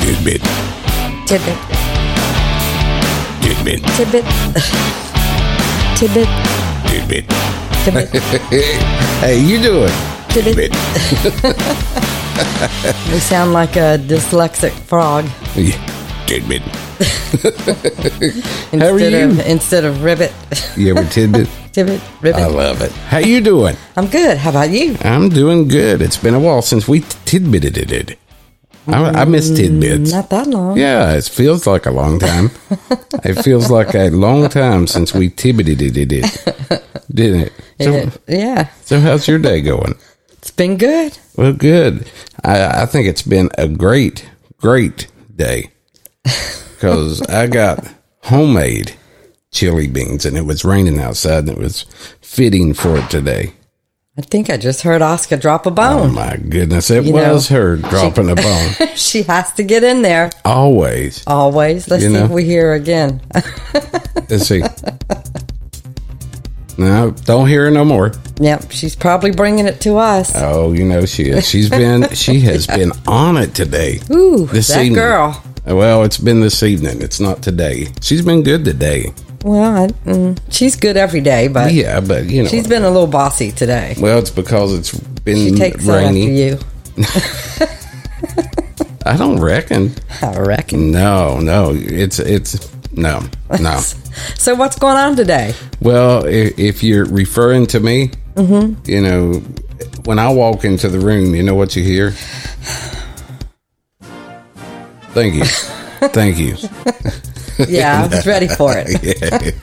Tidbit. Tidbit. Tidbit. Tidbit. Tidbit. Tidbit. Tidbit. hey, you do it. Tidbit. Tidbit. We sound like a dyslexic frog Yeah. Tidbit. instead are of you? instead of ribbit. You ever tidbit? Tidbit. Ribbit. I love it. How you doing? I'm good. How about you? I'm doing good. It's been a while since we tidbitted it. I, I miss tidbits. Not that long. Yeah, it feels like a long time. it feels like a long time since we tidbitted it, didn't it? So, It- yeah. so how's your day going? It's been good. Well, good. I, I think it's been a great, great day because I got homemade chili beans and it was raining outside and it was fitting for it today. I think I just heard Oscar drop a Oh bone. my goodness. It You know, was her dropping a bone. she has to get in there Always. always. Let's You see know. if we hear her again. Let's see. No, don't hear her no more. yep. She's probably bringing it to us. Oh, you know she is. She's been she has been on it today. Ooh, this that evening. girl. Well, it's been this evening. It's not today. She's been good today. Well, I, mm, she's good every day, but Yeah, but you know, she's been a little bossy today. well, it's because it's been She takes on after Mm, rainy. you. I don't reckon. I reckon. No, no, it's it's no, no. So what's going on today? well, if, if you're referring to me, Mm-hmm. you know, when I walk into the room, you know what you hear. Thank you, thank you. Yeah, I was ready for it.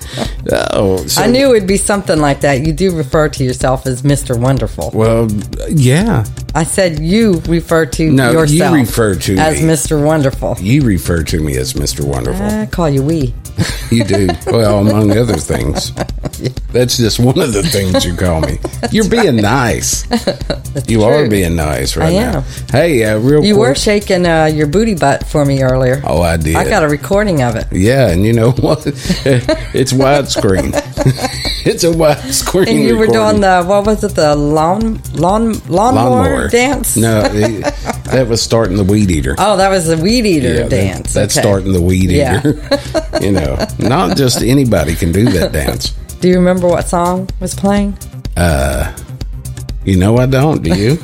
Oh, so, I knew it'd be something like that. You do refer to yourself as Mr. Wonderful. Well, yeah, I said you refer to No, you yourself. refer to as me. Mr. Wonderful. you refer to me as Mister Wonderful. I call you we. You do. Well, among other things. That's just one of the things you call me. You're being nice. you are true. being nice right I now. am. Hey, uh, real You were quick. shaking uh, your booty butt for me earlier. Oh, I did. I got a recording of it. Yeah, and you know what? it's widescreen. it's a widescreen. And you were doing recording. the what was it? The lawn lawn lawnmower, dance. No, it- that was starting the weed eater. Oh, that was the weed eater Yeah, that- dance. that's Okay. starting the weed Yeah. eater. you know, not just anybody can do that dance. Do you remember what song was playing? You know, I don't. Do you?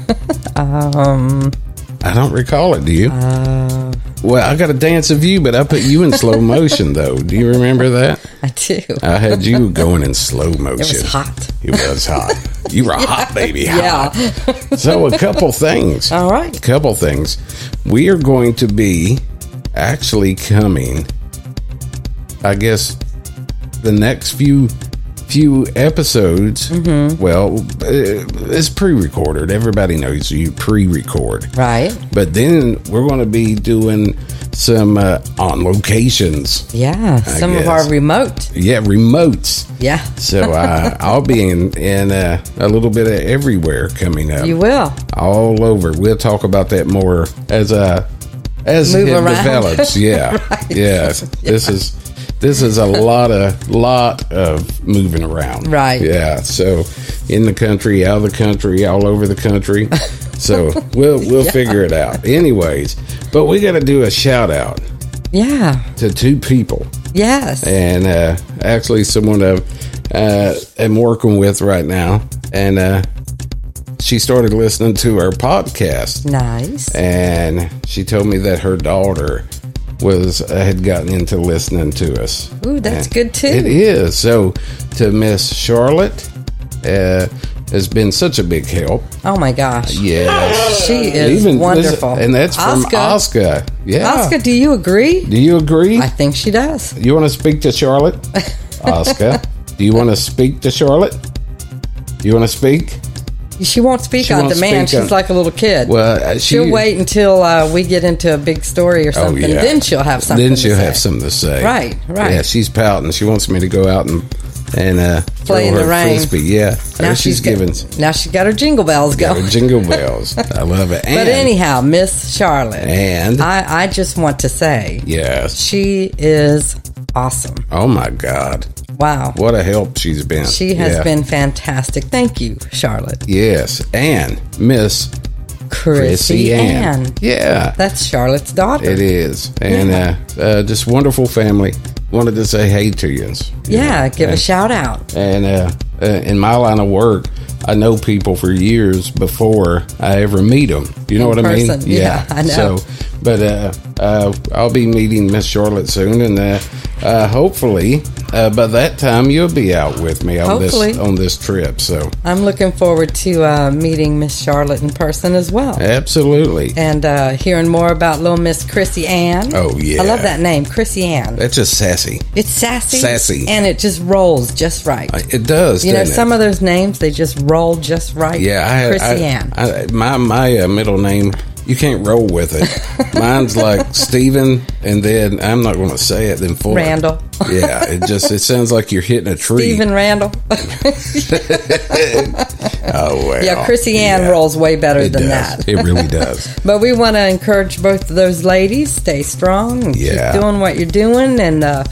Um, I don't recall it. Do you? Uh, well, I got a dance of you, but I put you in slow motion though. Do you remember that? I do. I had you going in slow motion. it was hot. It was hot. You were a hot, baby. Yeah. Uh. Hot. So a couple things. All right. couple things. We are going to be actually coming. I guess the next few few episodes. Mm-hmm. Well, uh, it's pre-recorded. Everybody knows you pre-record. Right. But then we're going to be doing some uh, on locations. Yeah. Some of guess. our remote. Yeah, remotes. Yeah. So uh, I'll be in in uh, a little bit of everywhere coming up, You will. all over. We'll talk about that more as uh as Move it around. develops. Yeah, yes. This is this is a lot of lot of moving around. Right. Yeah. So in the country, out of the country, all over the country. So we'll we'll figure it out. Anyways, but we got to do a shout out Yeah. to two people Yes. and uh, actually someone I uh, am working with right now, and uh, she started listening to our podcast, Nice. and she told me that her daughter was uh, had gotten into listening to us. Ooh, that's And good, too. It is. So to Miss Charlotte uh, has been such a big help. Oh my gosh. Yes. She is listen- wonderful. and that's from Oscar. Yeah. Oscar, do you agree? Do you agree? I think she does. You want to speak to Charlotte? Oscar, do you want to speak to Charlotte? Do you want to speak? She won't speak She on won't demand. speak on- She's like a little kid. Well, uh, she, she'll wait until uh, we get into a big story or Oh, something. yeah. Then she'll have something. Then to she'll say. have something to say. Right, right. Yeah, she's pouting. She wants me to go out and and uh, throw Play in the her rain. Frisbee. Yeah, Now Or she's, she's got- giving Now she's got her jingle bells going. her jingle bells. I love it. And, But anyhow, Miss Charlotte, and I, I just want to say yes. she is awesome. Oh my God, Wow. what a help she's been. She has Yeah. been fantastic. Thank you, Charlotte. Yes, and Miss Chrissy, Ann. Yeah, That's Charlotte's daughter. it is. And Yeah. uh, uh, just wonderful family. Wanted to say hey to you. Yeah, give a shout out. And uh, uh, in my line of work, I know people for years before I ever meet them. You know In what I mean? person. Yeah, I know. So, but uh, uh, I'll be meeting Miss Charlotte soon, and uh, uh, hopefully uh, by that time you'll be out with me on Hopefully. this on this trip. So I'm looking forward to uh, meeting Miss Charlotte in person as well. absolutely, And uh, hearing more about little Miss Chrissy Ann. Oh, yeah. I love that name, Chrissy Ann. that's just sassy. It's sassy. Sassy. And it just rolls just right. It does. you know, doesn't it? some of those names, they just roll just right. Yeah, I had Chrissy I- Ann. I- my my uh, middle name, you can't roll with it. Mine's like Steven, and then I'm not going to say it. Then full Randall. yeah, it just it sounds like you're hitting a tree. Stephen Randall. oh well. yeah, Chrissy Ann Yeah, rolls way better It than does. that. It really does. But we want to encourage both of those ladies. Stay strong. And Yeah. Keep doing what you're doing. And uh,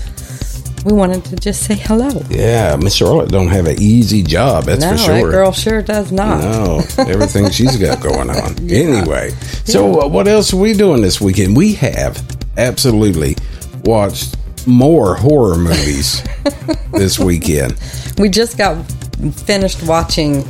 we wanted to just say hello. Yeah, Miss Charlotte don't have an easy job. That's no, for sure. that girl sure does not. No, everything she's got going on. Anyway, so uh, what else are we doing this weekend? We have absolutely watched more horror movies this weekend. We just got finished watching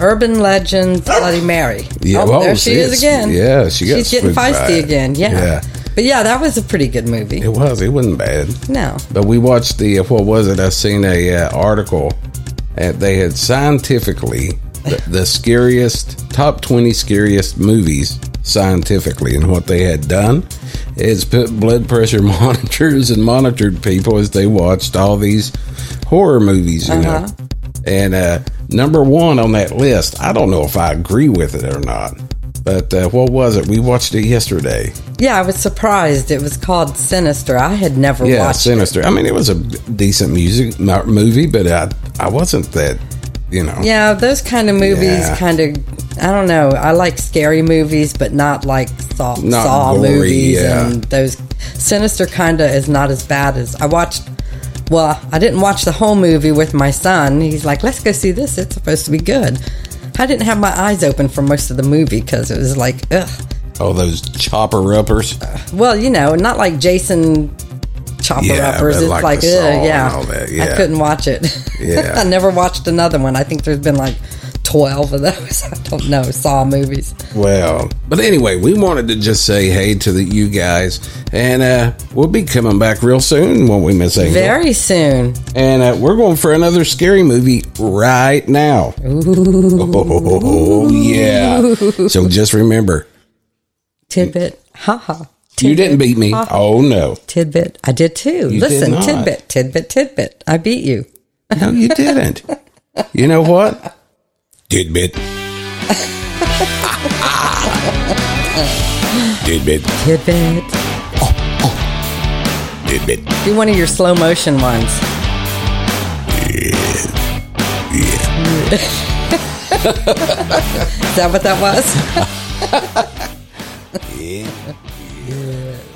Urban Legends Bloody Mary. Yeah, oh, well, there she it's- is again. yeah, she got she's getting spooked by feisty it. again. Yeah. Yeah. but yeah, that was a pretty good movie. It was. It wasn't bad. no, But we watched the what was it? I seen a uh, article and they had scientifically the, the scariest top 20 scariest movies scientifically and what they had done is put blood pressure monitors and monitored people as they watched all these horror movies, you know. And uh number 1 on that list, I don't know if I agree with it or not. But uh, what was it? We watched it yesterday. yeah, I was surprised. It was called Sinister. I had never Yeah, watched. it. Sinister. I mean, it was a decent music mo- movie, but I I wasn't that, you know. Yeah, those kind of movies, Yeah. kind of. I don't know. I like scary movies, but not like Saw, Not Saw gory, movies yeah. and those. Sinister kind of is not as bad as I watched. Well, I didn't watch the whole movie with my son. He's like, "Let's go see this. It's supposed to be good." I didn't have my eyes open for most of the movie because it was like, ugh. All those chopper uppers. Well, you know, not like Jason chopper Yeah, uppers. but It's like like, the Saw ugh, and yeah. all that, yeah. I couldn't watch it. Yeah. I never watched another one. I think there's been like twelve of those. I don't know Saw movies. Well, but anyway, we wanted to just say hey to the, you guys, and uh, we'll be coming back real soon, won't we, Miss Angel? Very soon, And uh, we're going for another scary movie right now. Oh yeah! So just remember, tidbit. Ha ha. you didn't beat me. Oh no, Tidbit. I did too. did Listen, not. tidbit, tidbit, tidbit. I beat you. no, you didn't. You know what? Tidbit. Tidbit. Tidbit. Tidbit. Do one of your slow motion ones. Is that what that was? Yeah.